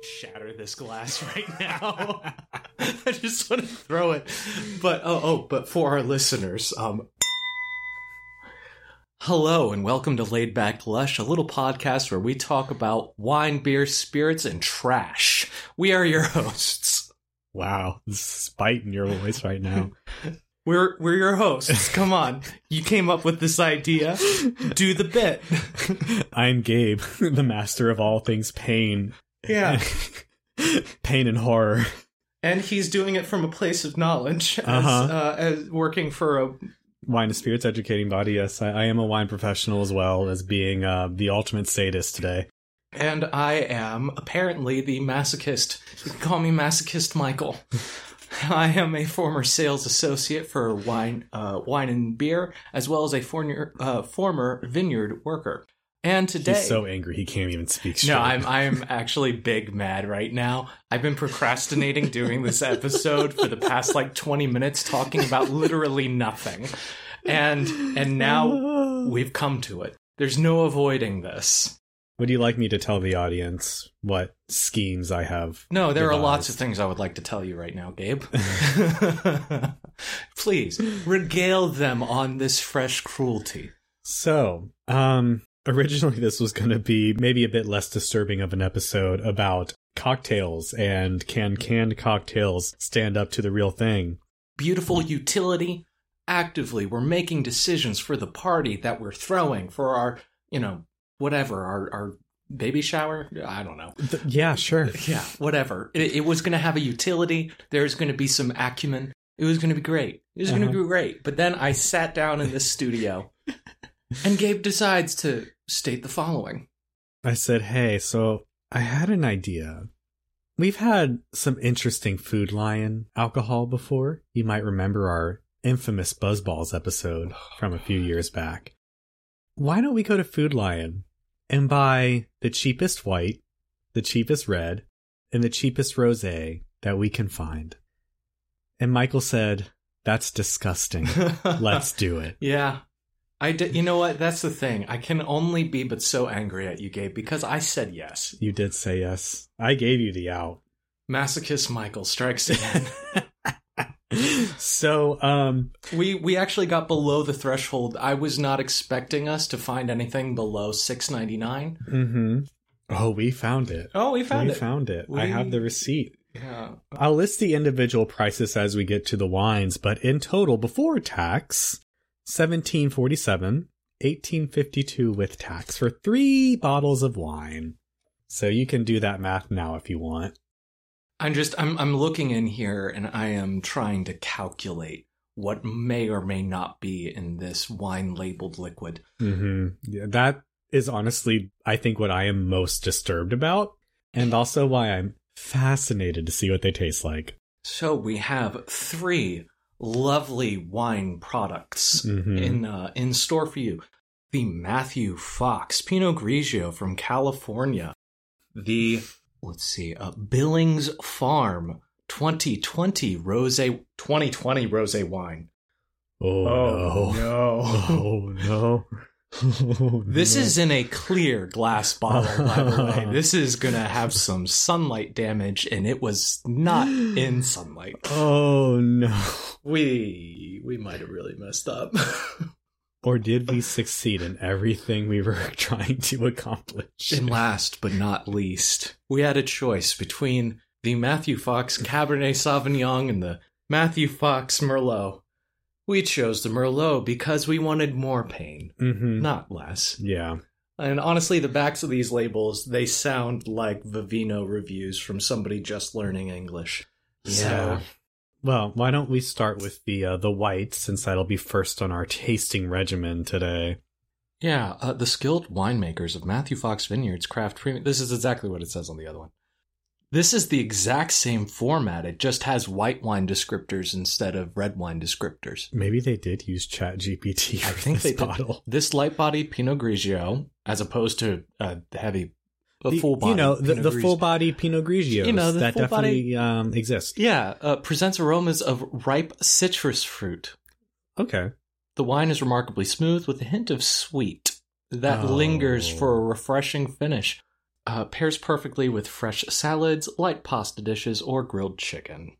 shatter this glass right now. I just want to throw it. But oh, oh, but for our listeners, um, hello and welcome to Laid Back Lush, a little podcast where we talk about wine, beer, spirits, and trash. We are your hosts. Wow, this spite in your voice right now. We're we're your hosts. Come on, you came up with this idea. Do the bit. I'm Gabe, the master of all things pain. Yeah. pain and horror. And he's doing it from a place of knowledge, as, Uh-huh. uh, as working for a Wine and spirits educating body. Yes, I, I am a wine professional as well as being uh, the ultimate sadist today. And I am apparently the masochist. You can call me Masochist Michael. I am a former sales associate for wine, uh, wine and beer, as well as a former, uh, former vineyard worker. And today, He's so angry he can't even speak straight. no, I'm I'm actually big mad right now. I've been procrastinating doing this episode for the past like 20 minutes, talking about literally nothing, and and now we've come to it. There's no avoiding this. Would you like me to tell the audience what schemes I have? No, there are lots of devised? things I would like to tell you right now, Gabe. Please regale them on this fresh cruelty. So, um, originally this was going to be maybe a bit less disturbing of an episode about cocktails and can canned cocktails stand up to the real thing. Beautiful utility. Actively, we're making decisions for the party that we're throwing for our, you know, whatever, our, our baby shower. I don't know. Th- yeah, sure. Yeah, whatever. It, it was going to have a utility. There's going to be some acumen. It was going to be great. It was going to Uh-huh. be great. But then I sat down in this studio and Gabe decides to state the following. I said, "Hey, so I had an idea. We've had some interesting food lion alcohol before. You might remember our infamous Buzzballs episode from a few years back. Why don't we go to Food Lion and buy the cheapest white, the cheapest red, and the cheapest rosé that we can find?" And Michael said, "That's disgusting. Let's do it." Yeah. I did, you know what? That's the thing. I can only be but so angry at you, Gabe, because I said yes. You did say yes. I gave you the out. Masochist Michael strikes again. so um we we actually got below the threshold. I was not expecting us to find anything below six ninety nine. hmm oh we found it Oh, Mm-hmm. we found we it. found it i We- have the receipt yeah. i'll list the individual prices as we get to the wines but in total before tax 1747 1852 with tax for three bottles of wine so you can do that math now if you want I'm just I'm I'm looking in here and I am trying to calculate what may or may not be in this wine labeled liquid. mm-hmm. that is honestly i think what i am most disturbed about and also why i'm fascinated to see what they taste like So we have three lovely wine products Mhm. in uh, in store for you. The Matthew Fox Pinot Grigio from California. The let's see, uh, Billings Farm 2020 rosé 2020 rosé wine. Oh, no. Oh no. Oh, This no. is in a clear glass bottle, by the way. This is gonna have some sunlight damage, and it was not in sunlight. Oh no. We we might have really messed up. Or did we succeed in everything we were trying to accomplish? And last but not least, we had a choice between the Matthew Fox Cabernet Sauvignon and the Matthew Fox Merlot. We chose the Merlot because we wanted more pain, Mm-hmm. not less. Yeah. And honestly, the backs of these labels, they sound like Vivino reviews from somebody just learning English. Yeah. Well, why don't we start with the uh, the white since that'll be first on our tasting regimen today. yeah, uh, the skilled winemakers of Matthew Fox Vineyards craft premium. This is exactly what it says on the other one. This is the exact same format. It just has white wine descriptors instead of red wine descriptors. Maybe they did use Chat GPT for I think this they did. bottle. This light body Pinot Grigio, as opposed to uh, the heavy, the, The- full body. You know, the, Pinot the Grigio. full body Pinot Grigio. You know, the that full body- definitely um, exists. Yeah, uh, presents aromas of ripe citrus fruit. Okay. The wine is remarkably smooth with a hint of sweet that Oh. lingers for a refreshing finish. Uh, pairs perfectly with fresh salads, light pasta dishes, or grilled chicken.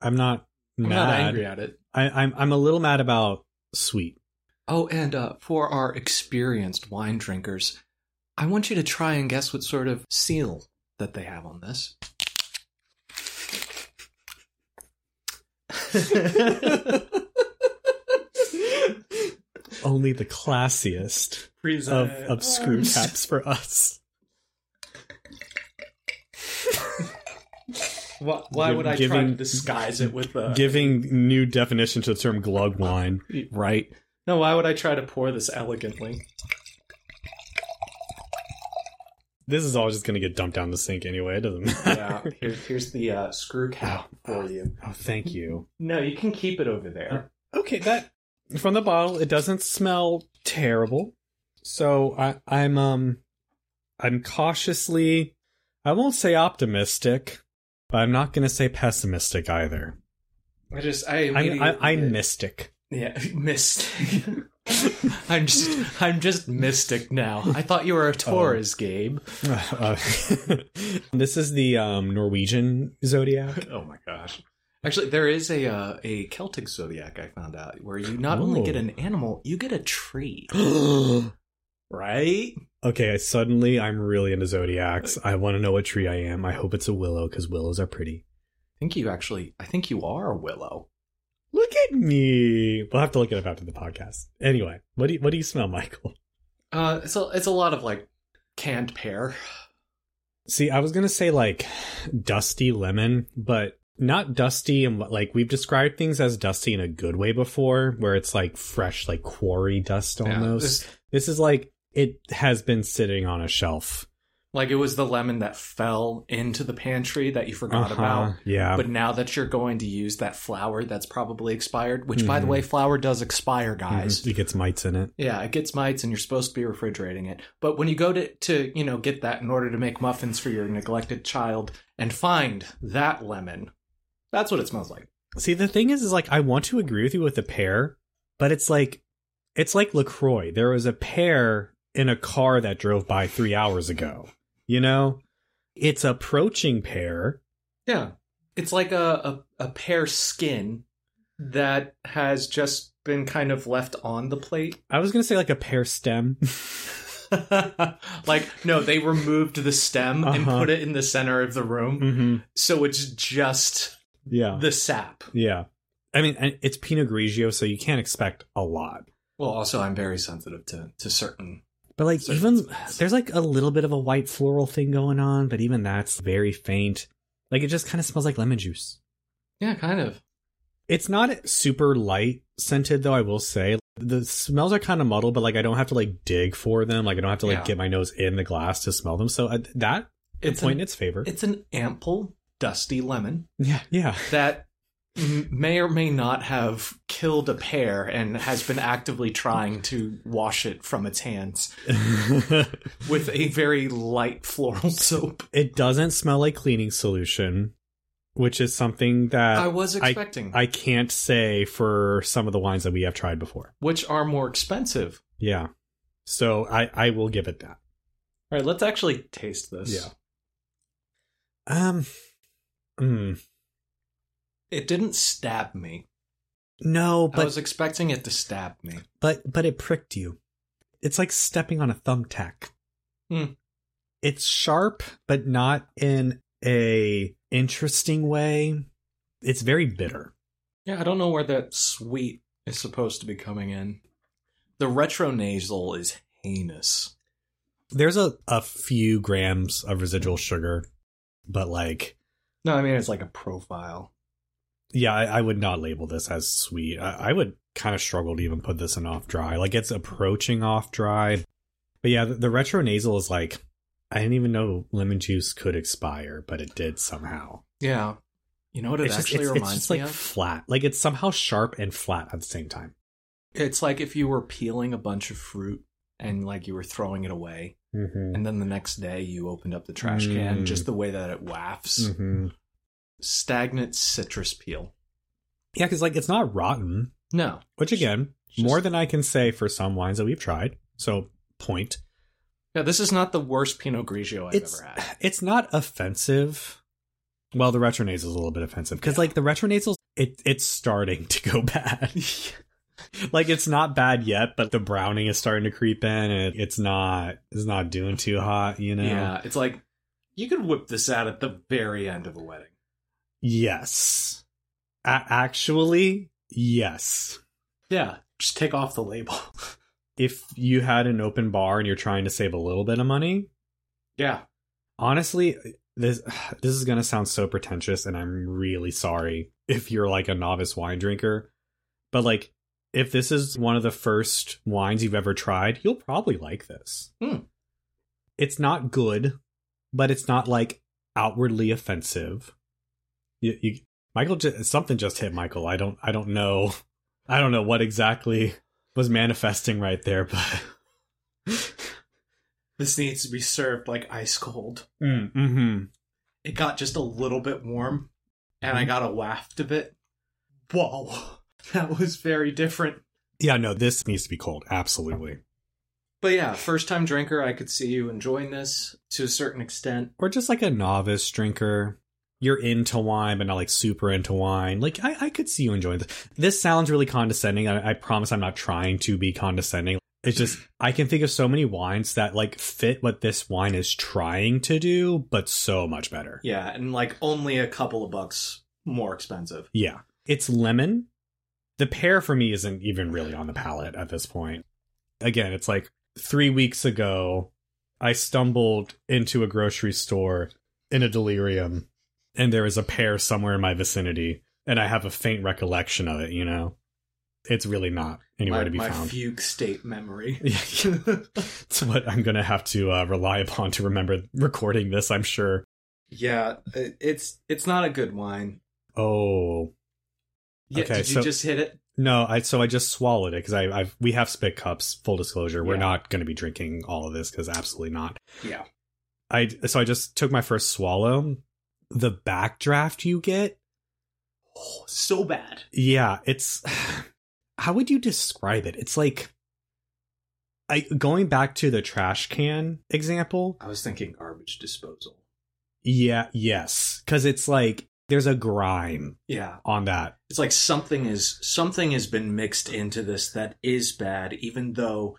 I'm not I'm mad. not angry at it. I, I'm I'm a little mad about sweet. Oh, and uh, for our experienced wine drinkers, I want you to try and guess what sort of seal that they have on this. Only the classiest of, of screw caps for us. Why, why Giv- would I try to giving- disguise it with uh, uh, a Giving new definition to the term glug wine. right? No, why would I try to pour this elegantly? This is all just going to get dumped down the sink anyway. It doesn't matter. Yeah, here, here's the uh, screw cap for you. Oh, thank you. No, you can keep it over there. Okay, that from the bottle, it doesn't smell terrible. So I, I'm um, I'm cautiously, I won't say optimistic, but I'm not going to say pessimistic either. I just I I'm I, immediately- I'm mystic. Yeah, mystic. I'm just I'm just mystic now. I thought you were a Taurus, Gabe. Uh, this is the um Norwegian zodiac. Oh my gosh. Actually, there is a uh, a Celtic zodiac I found out where you not only get Oh. an animal, you get a tree. okay, Right? suddenly I'm really into zodiacs. I want to know what tree I am. I hope it's a willow because willows are pretty. I think you actually I think you are a willow. Look at me. We'll have to look it up after the podcast. Anyway, what do you, what do you smell, Michael? Uh it's a, it's a lot of like canned pear. See, I was gonna say like dusty lemon, but not dusty and like we've described things as dusty in a good way before, where it's like fresh, like quarry dust Yeah, almost. it's- This is like it has been sitting on a shelf. like it was the lemon that fell into the pantry that you forgot Uh-huh, about. Yeah. But now that you're going to use that flour that's probably expired, which by the Mhm. way, flour does expire, guys. Mhm, It gets mites in it. Yeah, it gets mites, and you're supposed to be refrigerating it. But when you go to to you know get that in order to make muffins for your neglected child, and find that lemon, that's what it smells like. See, the thing is, is like I want to agree with you with the pear, but it's like it's like Lacroix. There was a pear in a car that drove by three hours ago. You know, it's approaching pear. Yeah, it's like a a, a pear skin that has just been kind of left on the plate. I was gonna say like a pear stem. like no, they removed the stem and Uh-huh. put it in the center of the room, mm-hmm. so it's just Yeah, the sap. yeah. I mean, and it's Pinot Grigio, so you can't expect a lot. Well, also I'm very sensitive to to certain. But like So- even there's like a little bit of a white floral thing going on, but even that's very faint. Like it just kind of smells like lemon juice. Yeah, kind of. It's not super light scented though, I will say. The smells are kind of muddled, but like I don't have to like dig for them. Like I don't have to like Yeah. get my nose in the glass to smell them. So uh, that it's an- point in its favor. It's an ample, dusty lemon yeah, yeah. that m- may or may not have killed a pear and has been actively trying to wash it from its hands with a very light floral soap. it doesn't smell like cleaning solution, which is something that I was expecting, Uh, I can't say for some of the wines that we have tried before. which are more expensive. Yeah. So I I will give it that. All right, let's actually taste this. Yeah. Um mm, It didn't stab me. no, I but was expecting it to stab me. but but it pricked you. It's like stepping on a thumbtack. Hmm. It's sharp, but not in a interesting way. It's very bitter. Yeah, I don't know where that sweet is supposed to be coming in. The retronasal is heinous. There's a, a few grams of residual sugar, but like, No, I mean it's like a profile. yeah, I, I would not label this as sweet. I, I would kind of struggle to even put this in off dry. Like, it's approaching off dry. But yeah, the, the retro nasal is like, I didn't even know lemon juice could expire, but it did somehow. Yeah. You know what it it's actually just, it's, reminds it's just me like of? flat. Like it's somehow sharp and flat at the same time. It's like if you were peeling a bunch of fruit and like you were throwing it away, Mm-hmm. and then the next day you opened up the trash can, Mm. just the way that it wafts. Stagnant citrus peel. Yeah, because like it's not rotten, No. which again, It's just- more than I can say for some wines that we've tried. So point. Yeah, this is not the worst Pinot Grigio I've it's ever had. it's not offensive. Well, the retronasal is a little bit offensive because like the retronasal, it it's starting to go bad. like it's not bad yet, but the browning is starting to creep in, and it, it's not it's not doing too hot. You know. Yeah, it's like you could whip this out at the very end of a wedding. Yes. A- actually, yes. Yeah, just take off the label. If you had an open bar and you're trying to save a little bit of money, yeah, honestly this this is going to sound so pretentious and i'm really sorry if you're like a novice wine drinker but like if this is one of the first wines you've ever tried you'll probably like this Hmm. it's not good but it's not like outwardly offensive you, you michael ju- something just hit michael i don't i don't know i don't know what exactly was manifesting right there but this needs to be served like ice cold. Mm, mhm. It got just a little bit warm, and Mm-hmm. I got a waft of it. Whoa, that was very different. yeah no this needs to be cold absolutely But yeah, first time drinker, I could see you enjoying this to a certain extent. or just like a novice drinker. You're into wine, but not like super into wine. Like I, I could see you enjoying this. This sounds really condescending. I, I promise I'm not trying to be condescending. It's just I can think of so many wines that like fit what this wine is trying to do, but so much better. Yeah, and like only a couple of bucks more expensive. Yeah. It's lemon. The pear for me isn't even really on the palate at this point. Again, it's like three weeks ago, I stumbled into a grocery store in a delirium, and there is a pear somewhere in my vicinity, and I have a faint recollection of it, you know? It's really not anywhere my, to be my found. fugue state memory. it's what I'm going to have to uh, rely upon to remember recording this, I'm sure. yeah, it- it's it's not a good wine. Oh, Yeah, Okay, did you so- just hit it? No, I so I just swallowed it because I I've, we have spit cups. Full disclosure, we're Yeah. not going to be drinking all of this because absolutely not. Yeah. I so I just took my first swallow. The backdraft you get, Oh, so bad. yeah, it's how would you describe it? It's like I going back to the trash can example. I was thinking garbage disposal. Yeah, yes, because it's like there's a grime Yeah, on that. it's like something is something has been mixed into this that is bad, even though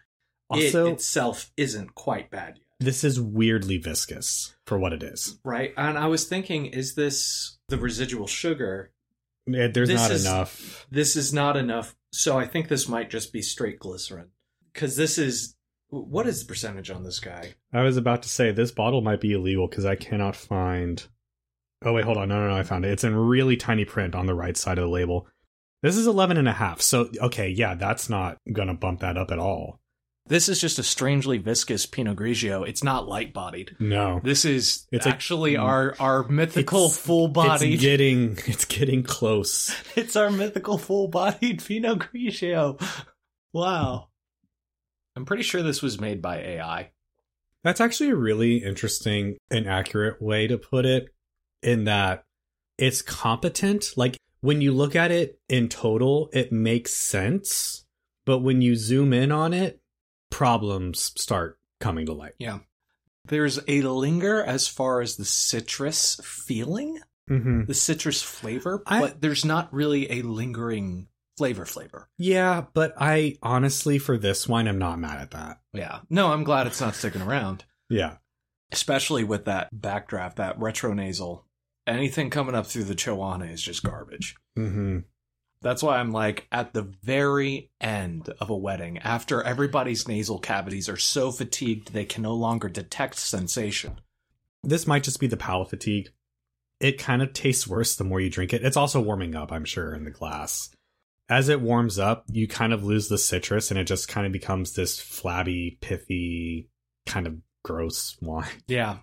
Also, it itself isn't quite bad yet, this is weirdly viscous for what it is. right? And I was thinking, is this the residual sugar? Eh, There's This not is- enough. This is not enough, so I think this might just be straight glycerin because this is what is the percentage on this guy? I was about to say this bottle might be illegal because I cannot find. Oh wait, hold on. No, no, no. I found it. It's in really tiny print on the right side of the label. This is 11 and a half. So okay, yeah, that's not gonna bump that up at all. This is just a strangely viscous Pinot Grigio. It's not light bodied. No, This is It's like- actually our our mythical It's- full bodied. it's getting it's getting close. It's our mythical full bodied Pinot Grigio. Wow. I'm pretty sure this was made by AI. That's actually a really interesting and accurate way to put it in that it's competent. Like when you look at it in total, it makes sense. But when you zoom in on it, problems start coming to light. There's a linger as far as the citrus feeling, Mm-hmm. the citrus flavor, I- but there's not really a lingering flavor flavor. Yeah, but I honestly, for this wine, I'm not mad at that. Yeah. No, I'm glad it's not sticking around, Yeah. especially with that backdraft, that retronasal. Anything coming up through the Choana is just garbage. Mm-hmm. That's why I'm like at the very end of a wedding, after everybody's nasal cavities are so fatigued they can no longer detect sensation. This might just be the palate fatigue. It kind of tastes worse the more you drink it. It's also warming up, I'm sure, in the glass. As it warms up, you kind of lose the citrus and it just kind of becomes this flabby, pithy, kind of gross wine. Yeah.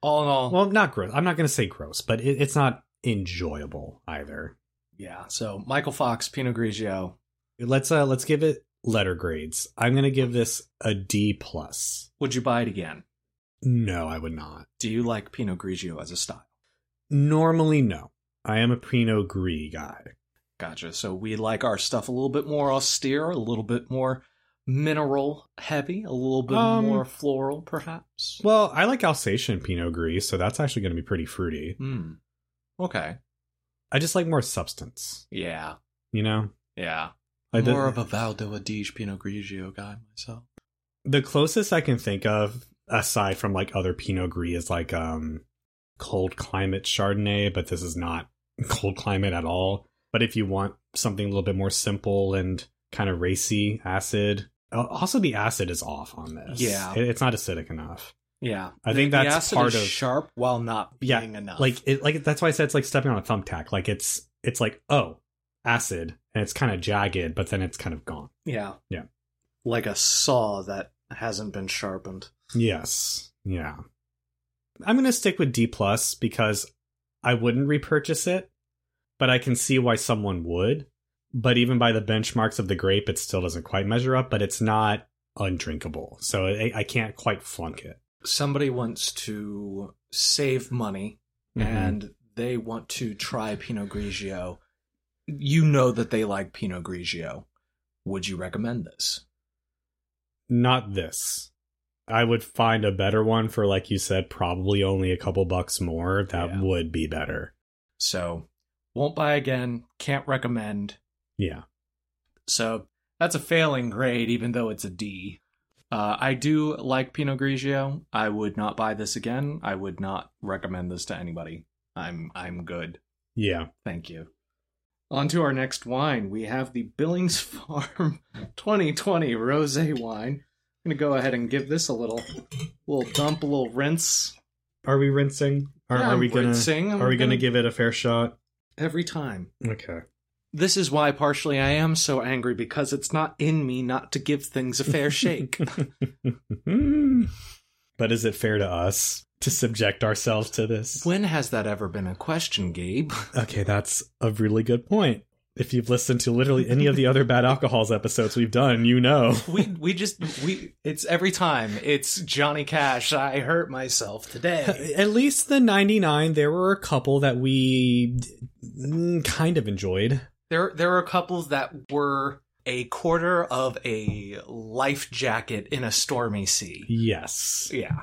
All in all, Well, not gross. I'm not going to say gross, but it, it's not enjoyable either. yeah. So Michael Fox, Pinot Grigio. Let's uh let's give it letter grades. I'm going to give this a D plus. Would you buy it again? No, I would not. Do you like Pinot Grigio as a style? Normally, no. I am a Pinot Gris guy. Gotcha. So we like our stuff a little bit more austere, a little bit more mineral heavy, a little bit Um, more floral, perhaps. Well, I like Alsatian Pinot Gris, so that's actually going to be pretty fruity. Hmm. Okay. I just like more substance, Yeah. you know? Yeah. Like the- More of a Val d'Adige Pinot Grigio guy myself. the closest I can think of, aside from like other Pinot Gris, is like um cold climate Chardonnay, but this is not cold climate at all. But if you want something a little bit more simple and kind of racy, acid. al- Also, the acid is off on this. Yeah. It- it's not acidic enough. Yeah. I think The that's acid part is of sharp while not Yeah, being enough. like it, like that's why I said it's like stepping on a thumbtack. Like it's it's like oh acid and it's kind of jagged, but then it's kind of gone. yeah. Yeah. Like a saw that hasn't been sharpened. Yes. Yeah. I'm gonna stick with D plus because I wouldn't repurchase it, but I can see why someone would. But even by the benchmarks of the grape, it still doesn't quite measure up. But it's not undrinkable, so I, I can't quite flunk it. Somebody wants to save money Mm-hmm. and they want to try Pinot Grigio. You know that they like Pinot Grigio. Would you recommend this? not this. I would find a better one for, like you said, probably only a couple bucks more. That Yeah. would be better. So, won't buy again, can't recommend. Yeah. So, that's a failing grade, even though it's a D. Uh, I do like Pinot Grigio. I would not buy this again. I would not recommend this to anybody. I'm I'm good. Yeah. Thank you. On to our next wine. We have the Billings Farm 2020 Rosé wine. I'm gonna go ahead and give this a little, little dump, a little rinse. Are we rinsing? Are, Yeah, are I'm we gonna? rinsing. I'm Are we gonna give it a fair shot? every time? Okay. This is why partially I am so angry because it's not in me not to give things a fair shake. but is it fair to us to subject ourselves to this? when has that ever been a question, Gabe? Okay, that's a really good point. If you've listened to literally any of the other bad alcohols episodes we've done, you know. We we just we it's every time. It's Johnny Cash. I hurt myself today. At least the 99, there were a couple that we mm, kind of enjoyed. There there are couples that were a quarter of a life jacket in a stormy sea. Yes. Yeah.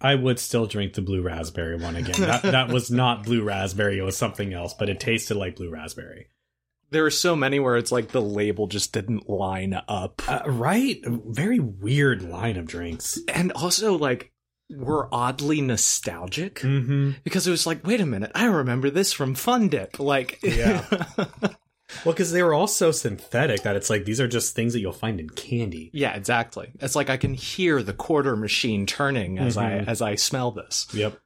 I would still drink the blue raspberry one again. That, that was not blue raspberry, it was something else, but it tasted like blue raspberry. There are so many where it's like the label just didn't line up. Uh, right? Very weird line of drinks. And also like were oddly nostalgic. Mm-hmm. because it was like, wait a minute, I remember this from Fun Dip. Like, Yeah. Well, because they were all so synthetic that it's like these are just things that you'll find in candy. yeah, exactly. It's like I can hear the quarter machine turning as Mhm. I as I smell this. Yep.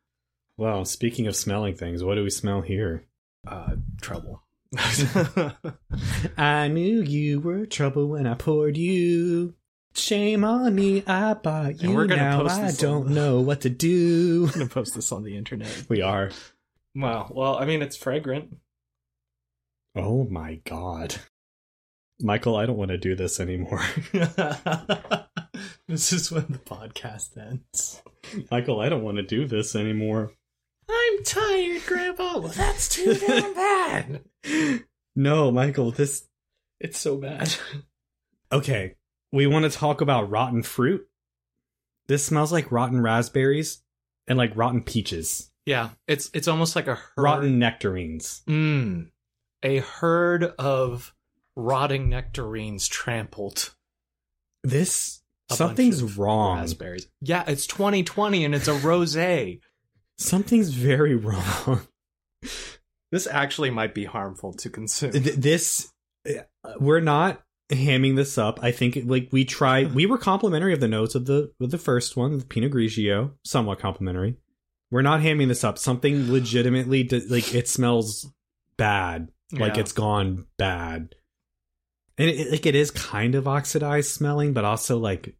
Well, speaking of smelling things, what do we smell here? Uh, trouble. I knew you were trouble when I poured you. Shame on me, I bought you. And we're gonna now post I this don't on- know what to do. I'm gonna post this on the internet. We are. Wow. Well, I mean, it's fragrant. Oh my god. Michael, I don't want to do this anymore. this is when the podcast ends. Michael, I don't want to do this anymore. I'm tired, Grandpa. Well, that's too damn bad. No, Michael, this. It's so bad. Okay, we want to talk about rotten fruit. This smells like rotten raspberries and like rotten peaches, Yeah, it's it's almost like a herd rotten nectarines. Mm, a herd of rotting nectarines trampled This. A bunch something's of wrong. raspberries. Yeah, it's 2020 and it's a rosé. Something's very wrong. this actually might be harmful to consume. Th- this uh, we're not hamming this up i think like we Uh-huh. tried we were complimentary of the notes of the of the first one the pinot grigio somewhat complimentary we're not hamming this up something legitimately d- like it smells bad like Yeah. it's gone bad and it, like it is kind of oxidized smelling but also like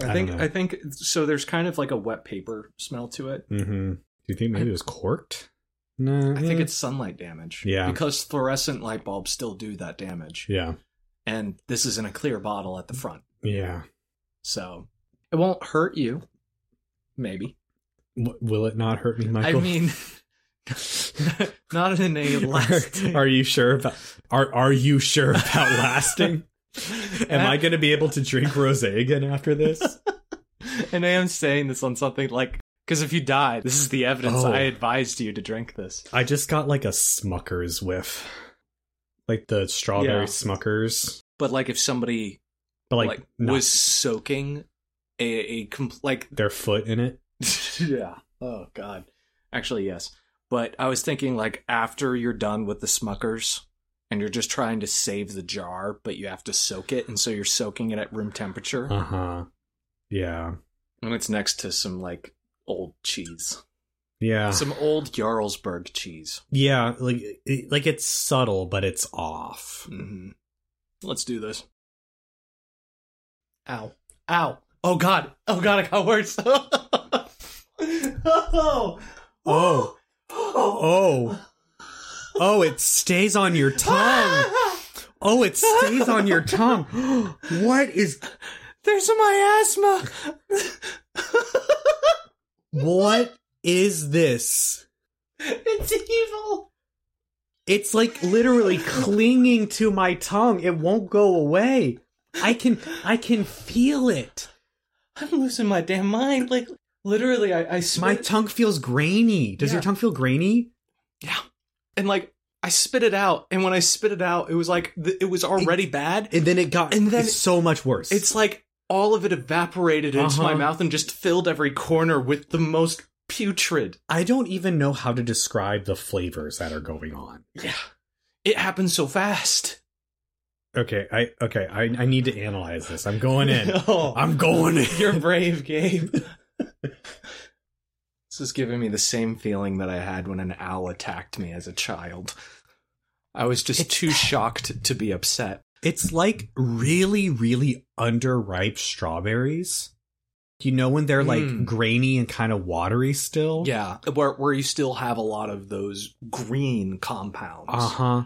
I I think don't know. I think so. There's kind of like a wet paper smell to it. mhm. do you think maybe it was corked no I think it's sunlight damage. Mm-hmm. Yeah. because fluorescent light bulbs still do that damage, yeah and this is in a clear bottle at the front, yeah so it won't hurt you. Maybe. w- will it not hurt me michael I mean, not in a Are- last. Are, you sure about are are you sure about lasting? Am I going to be able to drink rosé again after this? And I am saying this on something like because if you die, this is the evidence Oh. I advised you to drink this. I just got like a Smucker's whiff, like the strawberry Yeah. Smucker's, But like if somebody but like, like, not was soaking a a com- like their foot in it. yeah. Oh God. Actually, yes. But I was thinking like after you're done with the Smuckers and you're just trying to save the jar, but you have to soak it, and so you're soaking it at room temperature, Uh huh. Yeah. and it's next to some like old cheese, Yeah. some old Jarlsberg cheese. yeah. Like, it, like it's subtle, but it's off. hmm Let's do this. Ow! Ow! Oh God! Oh God! It got worse. oh! Oh. Oh! Oh. Oh, it stays on your tongue. Oh, it stays on your tongue. What is There's my asthma. what is this? it's evil. It's like literally clinging to my tongue. It won't go away. I can I can feel it. I'm losing my damn mind. Like literally, I I spit My tongue feels grainy. Does your Yeah. tongue feel grainy? and like I spit it out, and when I spit it out, it was like th- it was already bad. And then it got And then- it's so much worse. It's like all of it evaporated into Uh-huh. my mouth and just filled every corner with the most putrid. I don't even know how to describe the flavors that are going on. Yeah, it happened so fast. Okay, I okay, I, I need to analyze this. I'm going in. oh, I'm going in. You're brave, Gabe. this is giving me the same feeling that I had when an owl attacked me as a child. I was just It's- too shocked to be upset. It's like really, really underripe strawberries. You know when they're like Mm. grainy and kind of watery still? Yeah, where where you still have a lot of those green compounds. Uh huh.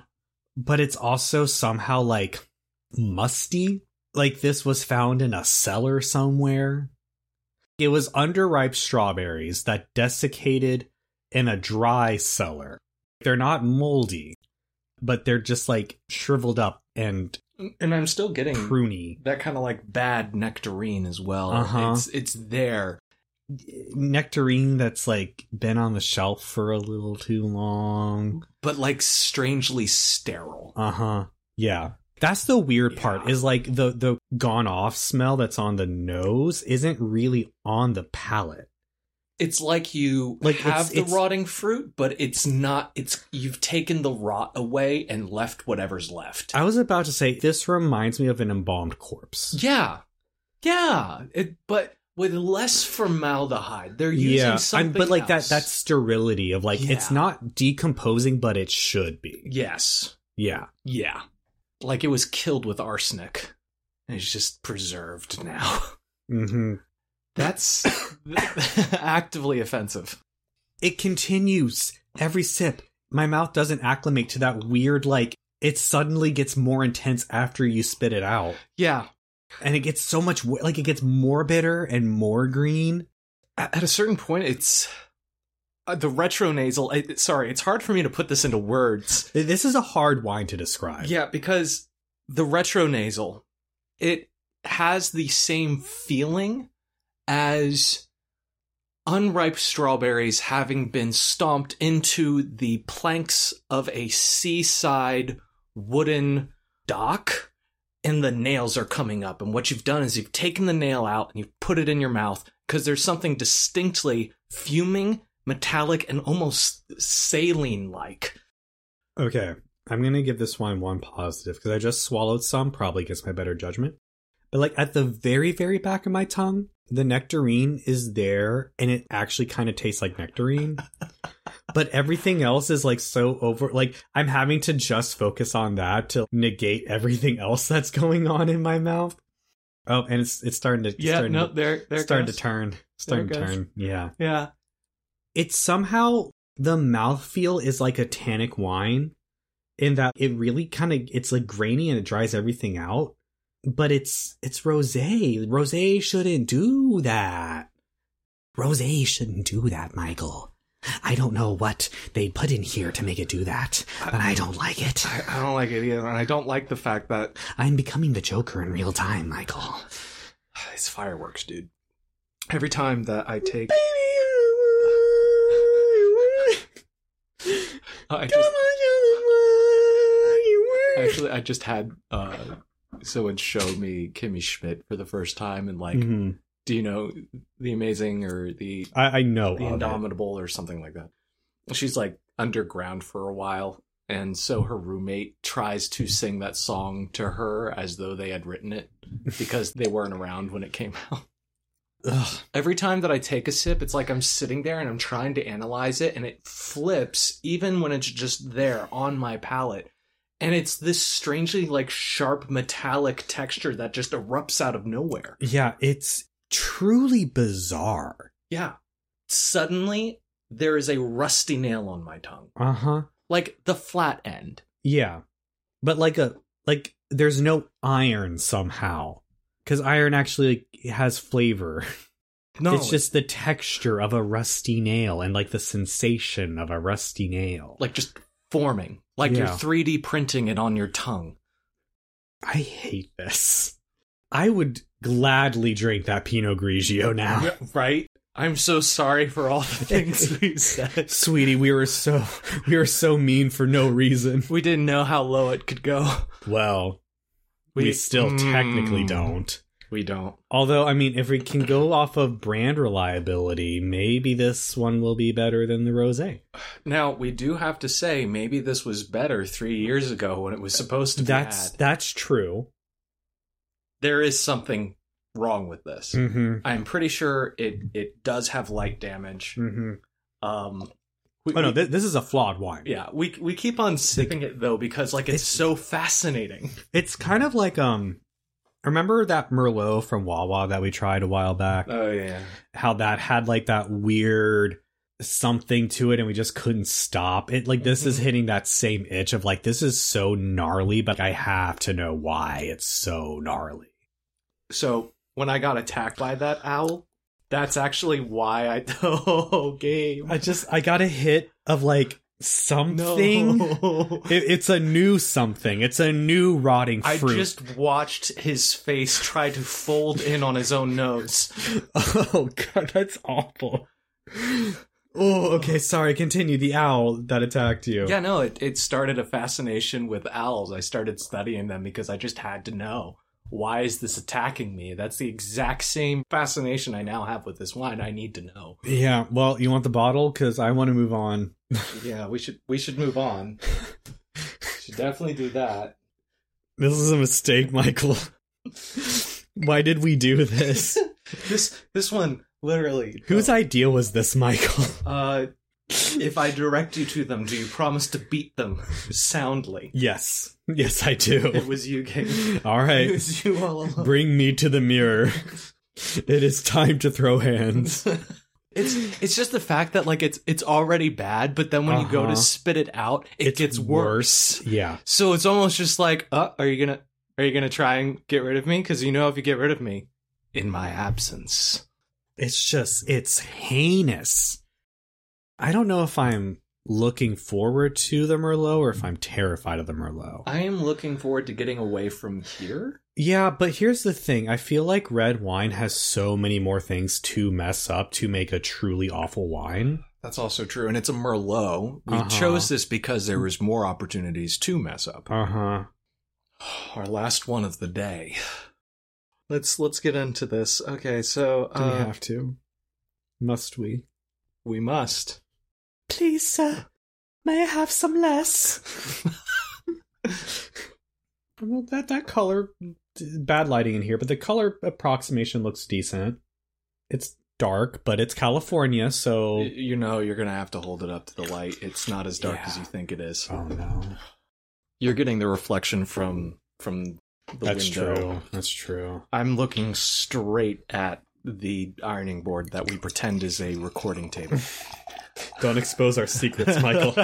But it's also somehow like musty. Like this was found in a cellar somewhere. It was underripe strawberries that desiccated in a dry cellar. They're not moldy, but they're just like shriveled up and And I'm still getting pruny. that kind of like bad nectarine as well. Uh-huh. It's it's there. Nectarine that's like been on the shelf for a little too long. But like strangely sterile. Uh huh. Yeah. That's the weird part Mm-hmm. Yeah. is like the the gone off smell that's on the nose isn't really on the palate. it's like you Like, it's- have the it's- rotting fruit, but it's not. It's you've taken the rot away and left whatever's left. I was about to say this reminds me of an embalmed corpse. yeah, yeah. It, but with less formaldehyde, they're using something. I'm- but like else. that that sterility of like it's Yeah. not decomposing but it should be. yes, Yeah. yeah. Like it was killed with arsenic, and it's just preserved now. Mhm. That's actively offensive. It continues every sip. My mouth doesn't acclimate to that weird like it suddenly gets more intense after you spit it out. Yeah, and it gets so much wo- like it gets more bitter and more green. at, at a certain point it's uh, the retronasal it, sorry it's hard for me to put this into words This is a hard wine to describe. yeah because the retronasal it has the same feeling as unripe strawberries having been stomped into the planks of a seaside wooden dock and the nails are coming up and what you've done is you've taken the nail out and you've put it in your mouth because there's something distinctly fuming metallic and almost saline like Okay, I'm gonna give this wine one positive because I just swallowed some, probably against my better judgment. But like at the very, very back of my tongue, the nectarine is there, and it actually kind of tastes like nectarine. but everything else is like so over. Like I'm having to just focus on that to negate everything else that's going on in my mouth. Oh, and it's it's starting to it's starting to, there it's starting to turn, It's There it starting to goes. turn. Yeah. Yeah. it's somehow the mouthfeel is like a tannic wine in that it really kind of it's like grainy and it dries everything out but it's it's rosé rosé shouldn't do that rosé shouldn't do that michael I don't know what they put in here to make it do that, but I don't like it. I, I don't like it either, and I don't like the fact that I'm becoming the Joker in real time, Michael. it's fireworks, dude. Every time that I take, I just actually I just had uh, someone show me Kimmy Schmidt for the first time, and like, Mhm. do you know the amazing or the I, I know. the of it. Indomitable or something like that. She's like underground for a while, and so her roommate tries to sing that song to her as though they had written it because they weren't around when it came out. Ugh. Every time that I take a sip, it's like I'm sitting there and I'm trying to analyze it, and it flips even when it's just there on my palate. And it's this strangely like sharp metallic texture that just erupts out of nowhere. Yeah, it's truly bizarre. Yeah. Suddenly, there is a rusty nail on my tongue. Uh huh. Like the flat end. Yeah, but like a like, there's no iron somehow because iron actually like, has flavor. No. it's just the texture of a rusty nail and like the sensation of a rusty nail. like just forming. Like you're Yeah. 3D printing it on your tongue. I hate this. I would gladly drink that Pinot Grigio now. Right? I'm so sorry for all the things we said. Sweetie, we were so we were so mean for no reason. We didn't know how low it could go. Well, we, still Mm. technically don't. We don't. Although, I mean, if we can go off of brand reliability, maybe this one will be better than the rosé. Now, we do have to say maybe this was better three years ago when it was supposed to be That's bad. that's true. There is something wrong with this. Mm-hmm. I'm pretty sure it, it does have light damage. Mm-hmm. Um, we, Oh no, we- this, this is a flawed wine. yeah, we we keep on sipping it though because like it's, so fascinating. It's kind of like um, remember that Merlot from Wawa that we tried a while back? Oh yeah, How that had like that weird something to it, and we just couldn't stop it. Like this is Mhm. hitting that same itch of like this is so gnarly, but I have to know why it's so gnarly. So when I got attacked by that owl, that's actually why I oh game I just I got a hit of like something. No. It, it's a new something. It's a new rotting I fruit. just watched his face try to fold in on his own nose. Oh god, that's awful. Oh, okay. Sorry. Continue. The owl that attacked you. Yeah, no, it, it started a fascination with owls. I started studying them because I just had to know why is this attacking me? That's the exact same fascination I now have with this wine. I need to know. Yeah. Well, you want the bottle because I want to move on. Yeah, we should we should move on. should definitely do that. This is a mistake, Michael. Why did we do this? This this one literally Whose idea was this, Michael? uh if I direct you to them, do you promise to beat them soundly? Yes. Yes, I It do. was you, King. All It right. was you all along. Bring me to the mirror. It is time to throw hands. It's it's just the fact that like it's it's already bad, but then when you go Uh-huh. to spit it out, it It's gets worse. Yeah. So it's almost just like, uh, are you gonna are you gonna try and get rid of me? Because you know, if you get rid of me, in my absence, It's just, it's heinous. I don't know if I'm looking forward to the Merlot or if I'm terrified of the Merlot. I am looking forward to getting away from here. Yeah, but here's the thing. I feel like red wine has so many more things to mess up to make a truly awful wine. That's also true, and it's a merlot. We Uh-huh. chose this because there was more opportunities to mess up. Uh huh. Our last one of the day. Let's let's get into this. Okay, so Do we uh, have to? Must we? we must. Please, sir, may I have some less? well, that that color, d- bad lighting in here, but the color approximation looks decent. It's dark, but it's California, so Y- You know, you're going to have to hold it up to the light. It's not as dark as Yeah. you think it is. oh no, You're getting the reflection from from the that's window. true. That's true. I'm looking straight at the ironing board that we pretend is a recording table. Don't expose our secrets, Michael.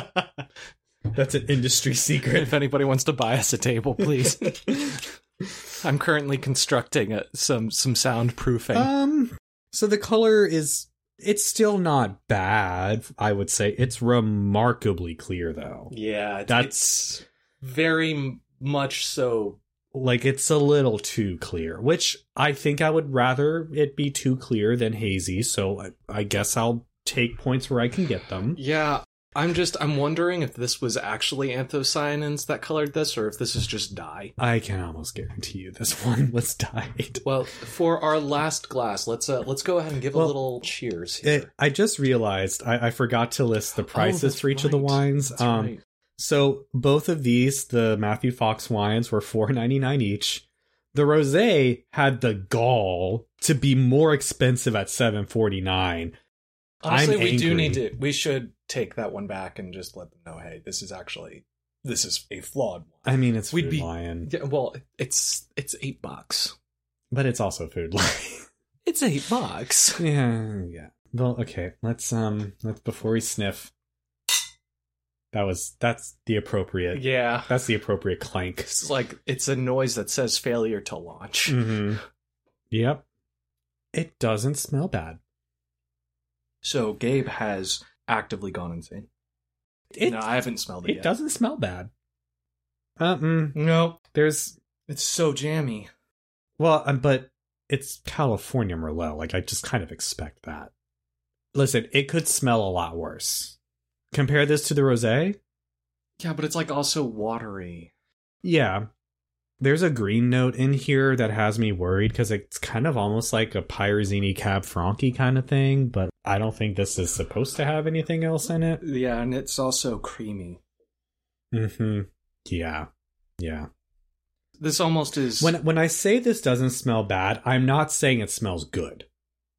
that's an industry secret. if anybody wants to buy us a table, please. I'm Uh, currently constructing a, some some soundproofing. Um. So the color is It's still not bad, I would say. It's remarkably clear though. Yeah, it's- That's it's very m- much so. like it's a little too clear, which I think I would rather it be too clear than hazy, so I, I guess I'll take points where I can get them. Yeah, I'm just I'm wondering if this was actually anthocyanins that colored this, or if this is just dye. I can almost guarantee you this one was dyed. Well, for our last glass, let's uh let's go ahead and give a Well, little cheers here. It, I just realized I, I forgot to list the prices Oh, that's for each of the right. wines. That's um, right. So both of these, the Matthew Fox wines, were four ninety nine each. The rosé had the gall to be more expensive at seven forty nine. Honestly, I'm we do angry. need to. We should take that one back and just let them know. Hey, this is actually this is a flawed one. I mean, it's We'd Food be- Lion, Yeah, well, it's it's eight bucks. but it's also Food Lion. It's eight bucks. yeah, yeah. Well, okay. Let's um. Let's before we sniff. That was that's the appropriate. Yeah, That's the appropriate clank. it's like it's a noise that says failure to launch. Mm-hmm. Yep. It doesn't smell bad. So Gabe has actively gone insane. It no, I haven't smelled it, it yet. doesn't smell bad. Uh mm. No, There's it's so jammy. well, um, but it's California Merlot. Like I just kind of expect that. Listen, it could smell a lot worse. Compare this to the rosé. Yeah, but it's like also watery. Yeah. There's a green note in here that has me worried because it's kind of almost like a Pyrazini Cab Franchi kind of thing, but I don't think this is supposed to have anything else in it. Yeah, and it's also creamy. hmm Yeah. Yeah. This almost is. When when I say this doesn't smell bad, I'm not saying it smells good.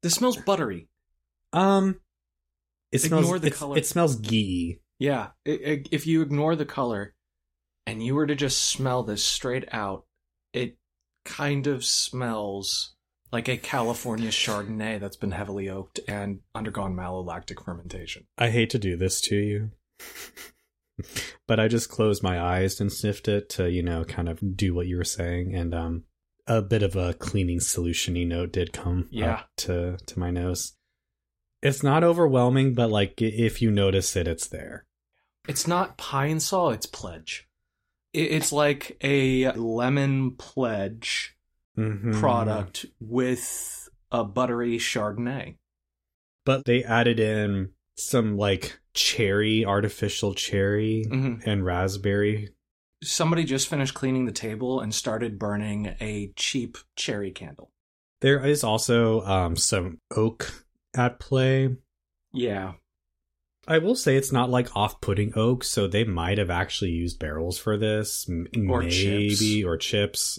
this smells buttery. Um it Ignore smells the it's- color. it smells ghee. Yeah, i i if you ignore the color, and you were to just smell this straight out, it kind of smells like a California Chardonnay that's been heavily oaked and undergone malolactic fermentation. I hate to do this to you. but I just closed my eyes and sniffed it to, you know, kind of do what you were saying and um a bit of a cleaning solutiony note did come Yeah. up to to my nose. It's not overwhelming, but like i- if you notice it, it's there. It's not pine saw, it's pledge. I- It's like a lemon pledge Mhm. product with a buttery Chardonnay. but they added in some like cherry, artificial cherry, Mhm. and raspberry. Somebody just finished cleaning the table and started burning a cheap cherry candle. There is also um, some oak at play. Yeah, I will say it's not like off-putting oak, so they might have actually used barrels for this, m- Or maybe chips. or chips.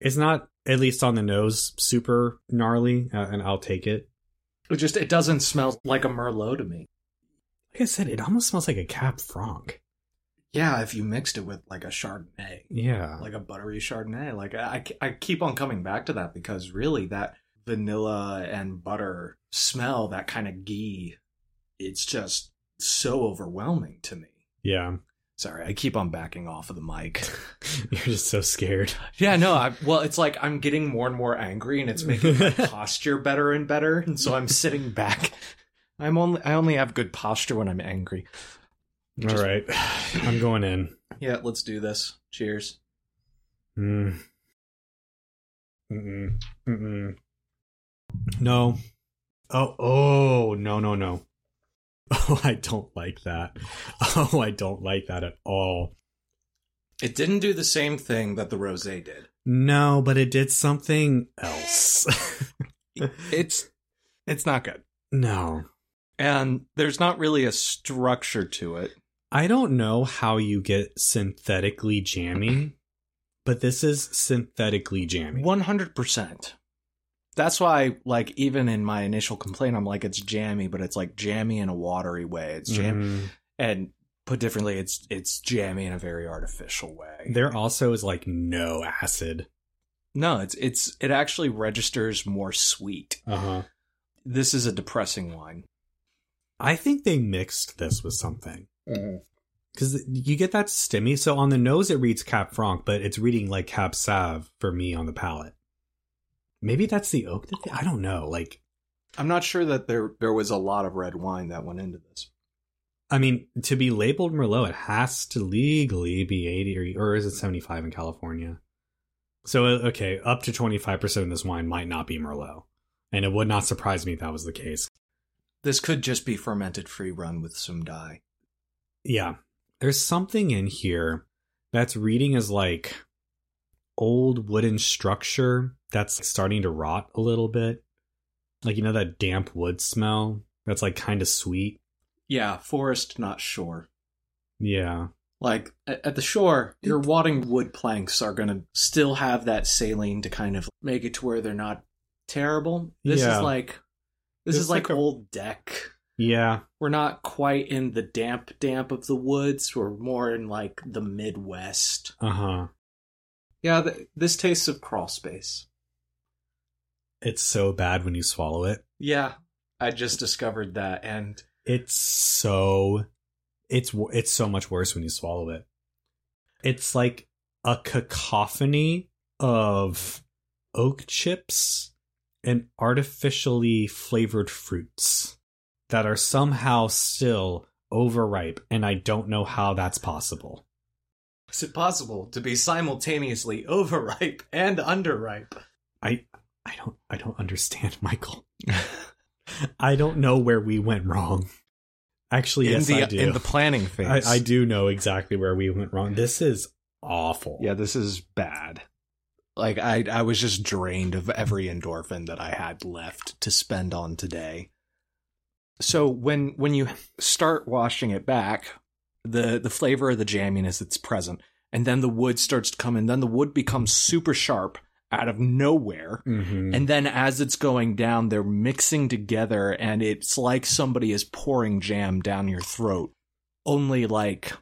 It's not, at least on the nose, super gnarly, uh, and I'll take it. It just it doesn't smell like a merlot to me. Like I said, it almost smells like a Cab Franc. Yeah, if you mixed it with like a chardonnay, Yeah, like a buttery chardonnay, like I I I keep on coming back to that because really that vanilla and butter smell, that kind of ghee, it's just so overwhelming to me. yeah. Sorry, I keep on backing off of the mic. You're just so scared. yeah, no, I, well, it's like I'm getting more and more angry, and it's making my posture better and better, and so I'm sitting back. I'm only I only have good posture when I'm angry. All Just- right, I'm going in. Yeah, let's do this. Cheers. Mm. Mm-mm. Mm-mm. No. Oh, oh, no, no, no. Oh, I don't like that. Oh, I don't like that at all. It didn't do the same thing that the rosé did. No, but it did something else. It's it's not good. no. And there's not really a structure to it. I don't know how you get synthetically jammy, but this is synthetically jammy. 100%. That's why like even in my initial complaint I'm like it's jammy, but it's like jammy in a watery way. It's jammy Mm. and put differently it's it's jammy in a very artificial way. There also is like no acid. No, it's it's it actually registers more sweet. Uh huh. This is a depressing wine. I think they mixed this with something. because you get that stimmy. So on the nose, it reads Cap Franc, but it's reading like Cap Sav for me on the palate. Maybe that's the oak. That they- I don't know. Like I'm not sure that there there was a lot of red wine that went into this. I mean, to be labeled Merlot, it has to legally be 80 or, or is it 75 in California? So, uh, okay, up to 25% of this wine might not be Merlot. And it would not surprise me if that was the case. This could just be fermented free run with some dye. Yeah. There's something in here that's reading as like old wooden structure that's starting to rot a little bit. Like, you know, that damp wood smell that's like kind of sweet. Yeah, forest, not shore. Yeah. Like a- at the shore, your wadding wood planks are going to still have that saline to kind of make it to where they're not terrible. This Yeah. is like this It's is like, like a- old deck. Yeah. We're not quite in the damp damp of the woods. We're more in like the Midwest. Uh huh. Yeah, th- this tastes of crawl space. It's so bad when you swallow it. Yeah, I just discovered that, and It's so it's wo- it's so much worse when you swallow it. It's like a cacophony of oak chips and artificially flavored fruits that are somehow still overripe and I don't know how that's possible. is it possible to be simultaneously overripe and underripe? I don't I don't understand, Michael. I don't know where we went wrong. Actually, yes, uh, I do. planning phase. I, I do know exactly where we went wrong. This is awful. Yeah, this is bad. Like I, I was just drained of every endorphin that I had left to spend on today. So when when you start washing it back, the the flavor of the jamminess that's present, and then the wood starts to come in. Then the wood becomes super sharp out of nowhere. Mhm. And then as it's going down, they're mixing together, and it's like somebody is pouring jam down your throat. Only like,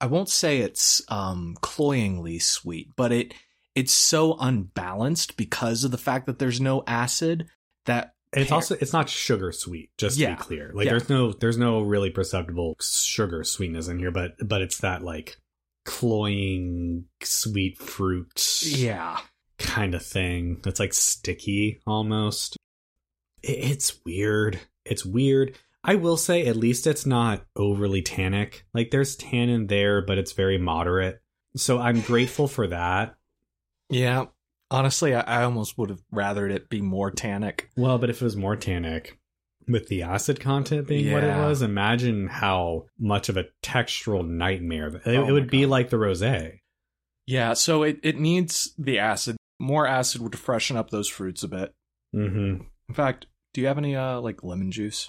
I won't say it's um, cloyingly sweet, but it it's so unbalanced because of the fact that there's no acid that it's pear- also it's not sugar sweet. Just Yeah. to be clear, like Yeah. there's no there's no really perceptible sugar sweetness in here, but but it's that like cloying sweet fruit yeah kind of thing that's like sticky almost. It, it's weird. It's weird. I will say at least it's not overly tannic. Like there's tannin there, but it's very moderate. So I'm grateful for that. yeah. Honestly, I, I almost would have rathered it be more tannic. Well, but if it was more tannic, with the acid content being what it Yeah. was, imagine how much of a textural nightmare that- it, Oh it would my be God. like the rosé. Yeah, so it it needs the acid. More acid would freshen up those fruits a bit. Mm-hmm. In fact, do you have any uh like lemon juice?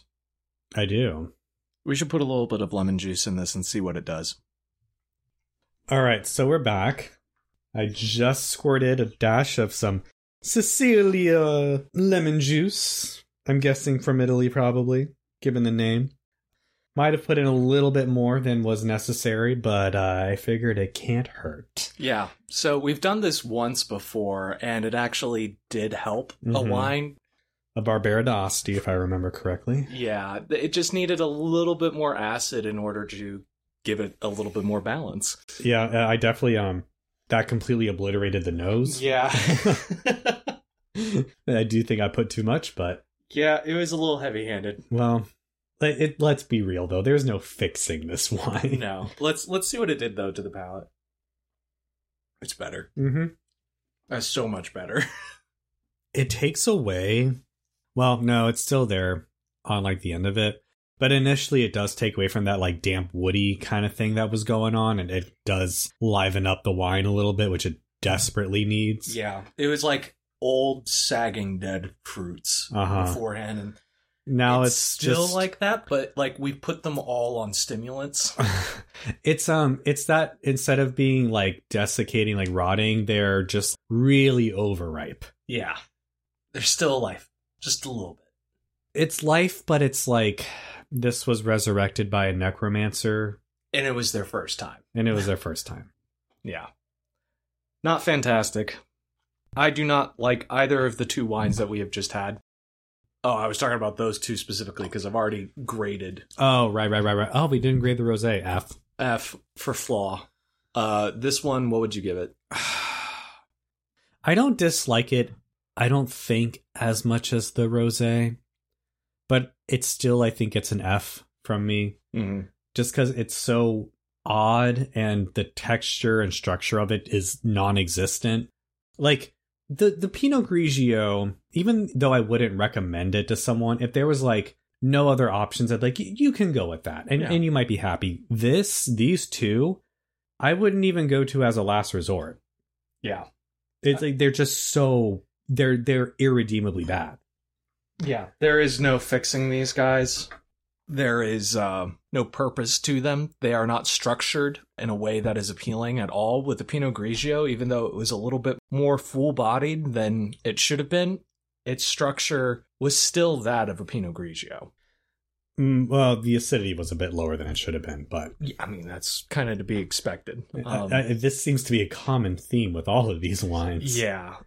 I do. We should put a little bit of lemon juice in this and see what it does. All right, so we're back. I just squirted a dash of some Sicilia lemon juice. I'm guessing from Italy, probably, given the name. Might have put in a little bit more than was necessary, but uh, I figured it can't hurt. Yeah. So we've done this once before, and it actually did help a Mhm. wine. A Barbera d'Asti, if I remember correctly. Yeah. th- It just needed a little bit more acid in order to give it a little bit more balance. Yeah, uh, I definitely um that completely obliterated the nose. Yeah. I do think I put too much, but yeah, it was a little heavy handed. well, let, it let's be real though. There's no fixing this wine. No. Let's let's see what it did though to the palate. It's better. hmm That's Uh, so much better. It takes away. Well, no, it's still there on like the end of it, but initially it does take away from that like damp woody kind of thing that was going on, and it does liven up the wine a little bit, which it desperately needs. Yeah. It was like old sagging dead fruits Uh huh. beforehand and Now it's, still just... like that, but like we put them all on stimulants. it's um it's that instead of being like desiccating like rotting they're just really overripe Yeah, they're still alive, just a little bit. it's life but it's like this was resurrected by a necromancer And it was their first time. and it was their first time Yeah, not fantastic. I do not like either of the two wines that we have just had. Oh, I was talking about those two specifically because I've already graded oh right right right right oh we didn't grade the rose f F for flaw. Uh, this one, what would you give it? i don't dislike it I don't think as much as the rosé, but it's still I think it's an F from me Mm. just cuz it's so odd and the texture and structure of it is non-existent. Like the the Pinot Grigio, even though I wouldn't recommend it to someone, if there was like no other options, I'd like "Y- you can go with that, and Yeah. and you might be happy. This these two, I wouldn't even go to as a last resort. Yeah. It's like they're just so they're they're irredeemably bad. Yeah, there is no fixing these guys. There is uh, no purpose to them. They are not structured in a way that is appealing at all. With the Pinot Grigio, even though it was a little bit more full bodied than it should have been, its structure was still that of a Pinot Grigio. Mm, well, the acidity was a bit lower than it should have been, but Yeah, I mean, that's kind of to be expected. Um, I, I, this seems to be a common theme with all of these wines. yeah.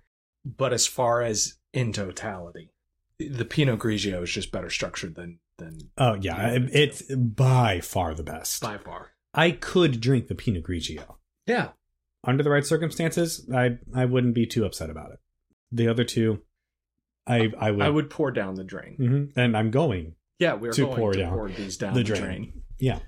But as far as in totality, the Pinot Grigio is just better structured than, than Oh yeah, I- it's by far the best. by far. I could drink the Pinot Grigio Yeah. under the right circumstances. I I wouldn't be too upset about it. The other two, I I would. I would pour down the drain. Mhm, and I'm going. Yeah, we're to going pour to down pour these down the the, drain. drain. Yeah.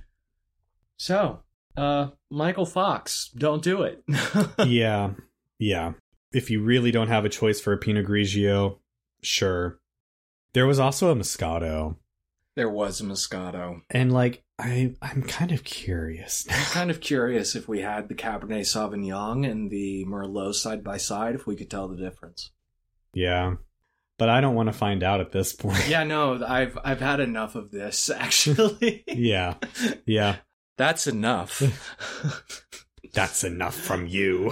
So, uh, Michael Fox, don't do it. yeah, yeah. If you really don't have a choice for a Pinot Grigio, sure. There was also a Moscato, there was a Moscato. and like I I'm kind of curious. I'm kind of curious if we had the Cabernet Sauvignon and the Merlot side by side, if we could tell the difference. yeah, but I don't want to find out at this point. Yeah, no, I've I've had enough of this. Actually, yeah, yeah. that's enough. That's enough from you,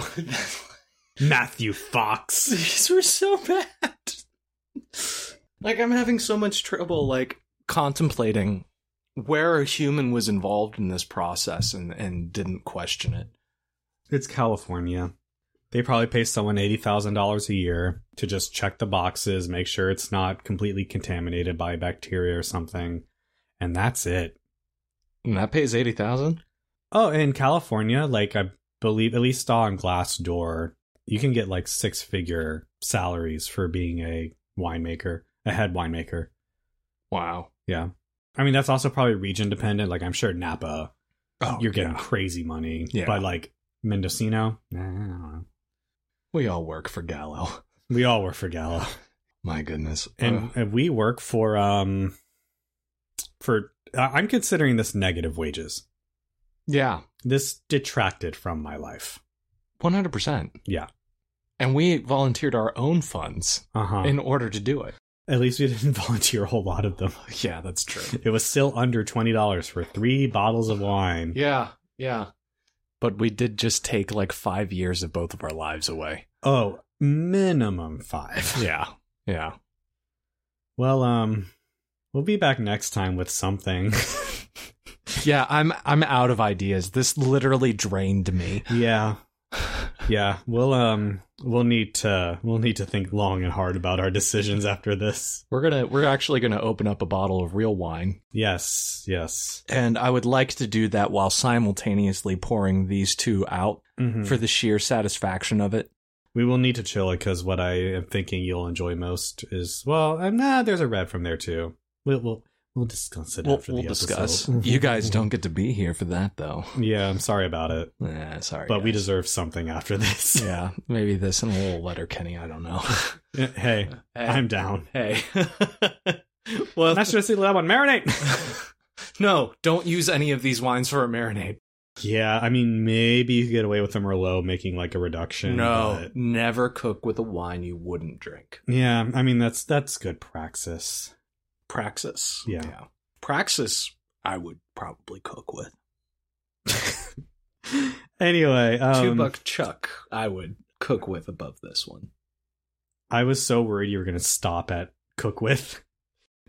Matthew Fox. These were so bad. Like I'm having so much trouble like contemplating where a human was involved in this process and, and didn't question it. It's California. They probably pay someone eighty thousand dollars a year to just check the boxes, make sure it's not completely contaminated by bacteria or something, and that's it. And that pays eighty thousand? Oh, in California, like I believe, at least on Glassdoor, you can get like six figure salaries for being a winemaker, a head winemaker. Wow. Yeah, I mean that's also probably region dependent. Like I'm sure Napa Oh you're getting crazy money. Yeah. But like Mendocino, nah, I don't know. we all work for Gallo. We all work for Uh. Gallo. My goodness. And, and we work for um for I- I'm considering this negative wages. yeah, This detracted from my life. one hundred percent. Yeah. And we volunteered our own funds Uh-huh. in order to do it. At least we didn't volunteer a whole lot of them. Yeah, that's true. It was still under twenty dollars for three bottles of wine. yeah, yeah. But we did just take like five years of both of our lives away. Oh, minimum five. Yeah. Yeah. Well, um we'll be back next time with something. Yeah, I'm I'm out of ideas. This literally drained me. Yeah. Yeah, we'll um we'll need to we'll need to think long and hard about our decisions after this. We're gonna we're actually gonna open up a bottle of real wine, Yes, yes. and I would like to do that while simultaneously pouring these two out Mhm. for the sheer satisfaction of it. we will need to chill it because what I am thinking you'll enjoy most is well, um, nah, there's a red from there too. We'll we'll we'll discuss it We'll, after we'll the discuss. episode. You guys don't get to be here for that though. yeah, I'm sorry about it, Nah, sorry, but we guys. deserve something after this. yeah, maybe this and a little letter, Kenny. I don't know. hey, I'm down. hey. well, Not sure to see that one marinate. no, don't use any of these wines for a marinade. yeah, I mean maybe you could get away with a merlot making like a reduction. No, but- never cook with a wine you wouldn't drink. Yeah, I mean that's that's good praxis. Praxis. Yeah. Praxis, I would probably cook with. Anyway, um, Two Buck Chuck, I would cook with above this one. I was so worried you were going to stop at cook with.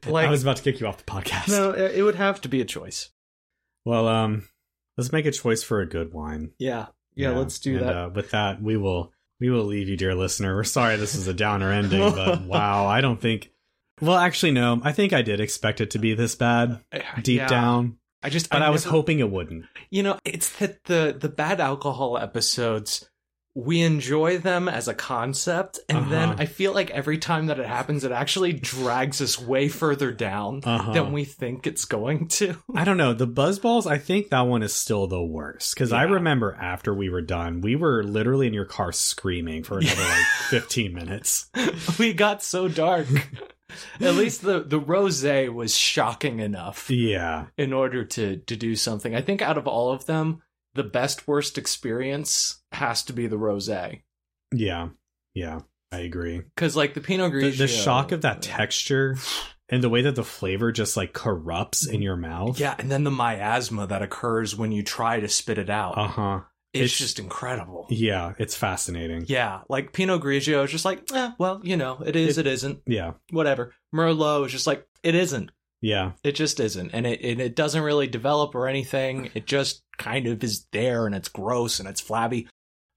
Like, I was about to kick you off the podcast. no, it it would have to be a choice. Well, um, let's make a choice for a good wine. Yeah. Yeah, let's do and, that. Uh, with that, we will we will leave you, dear listener. We're sorry this is a downer ending, but wow, I don't think. Well, actually, no. I think I did expect it to be this bad I- deep Uh, yeah. down, I just, but I, was never- hoping it wouldn't. you know, it's that the the bad alcohol episodes we enjoy them as a concept, and then Uh-huh. I feel like every time that it happens, it actually drags us way further down Uh-huh. than we think it's going to. I don't know. The Buzzballs, I think that one is still the worst. Because I Yeah. remember after we were done, we were literally in your car screaming for another like 15 minutes. we got so dark. At least the the rose was shocking enough Yeah. in order to to do something. I think out of all of them, the best worst experience has to be the rose Yeah. Yeah. I agree. because like the Pinot The, Grigio, the shock of that texture and the way that the flavor just like corrupts in your mouth. Mm-hmm. Yeah, and then the miasma that occurs when you try to spit it out. Uh huh. it's, it's- just incredible. Yeah. Yeah. It's fascinating. like Pinot Grigio is just like, eh, well, you know, it is, it isn't, Yeah. whatever. Merlot is just like, it isn't, Yeah. it just isn't, and it and it doesn't really develop or anything. It just kind of is there, and it's gross and it's flabby.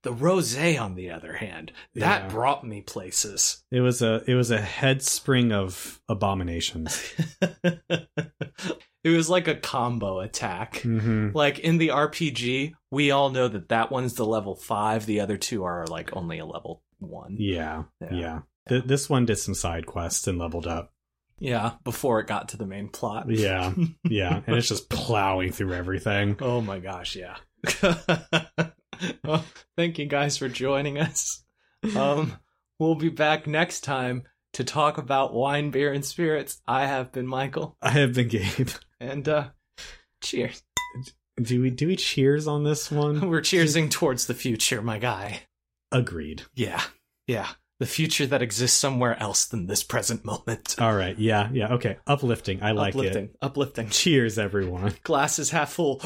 The rosé, on the other hand, that Yeah. brought me places. It was a it was a head spring of abominations. it was like a combo attack. hmm like in the RPG, we all know that that one's the level five. The other two are like only a level one. Yeah, Yeah. yeah. Th- this one did some side quests and leveled up. Yeah, before it got to the main plot. Yeah, yeah, and it's just plowing through everything. Oh my gosh, yeah. well, thank you guys for joining us. Um, we'll be back next time to talk about wine, beer, and spirits. I have been Michael, I have been Gabe. and uh, cheers. Do we do we cheers on this one? We're cheersing towards the future, my guy. Agreed. Yeah, yeah. The future that exists somewhere else than this present moment. All right. Yeah. Yeah. Okay. Uplifting. I like uplifting, uplifting. it. Cheers, everyone. Glass is half full.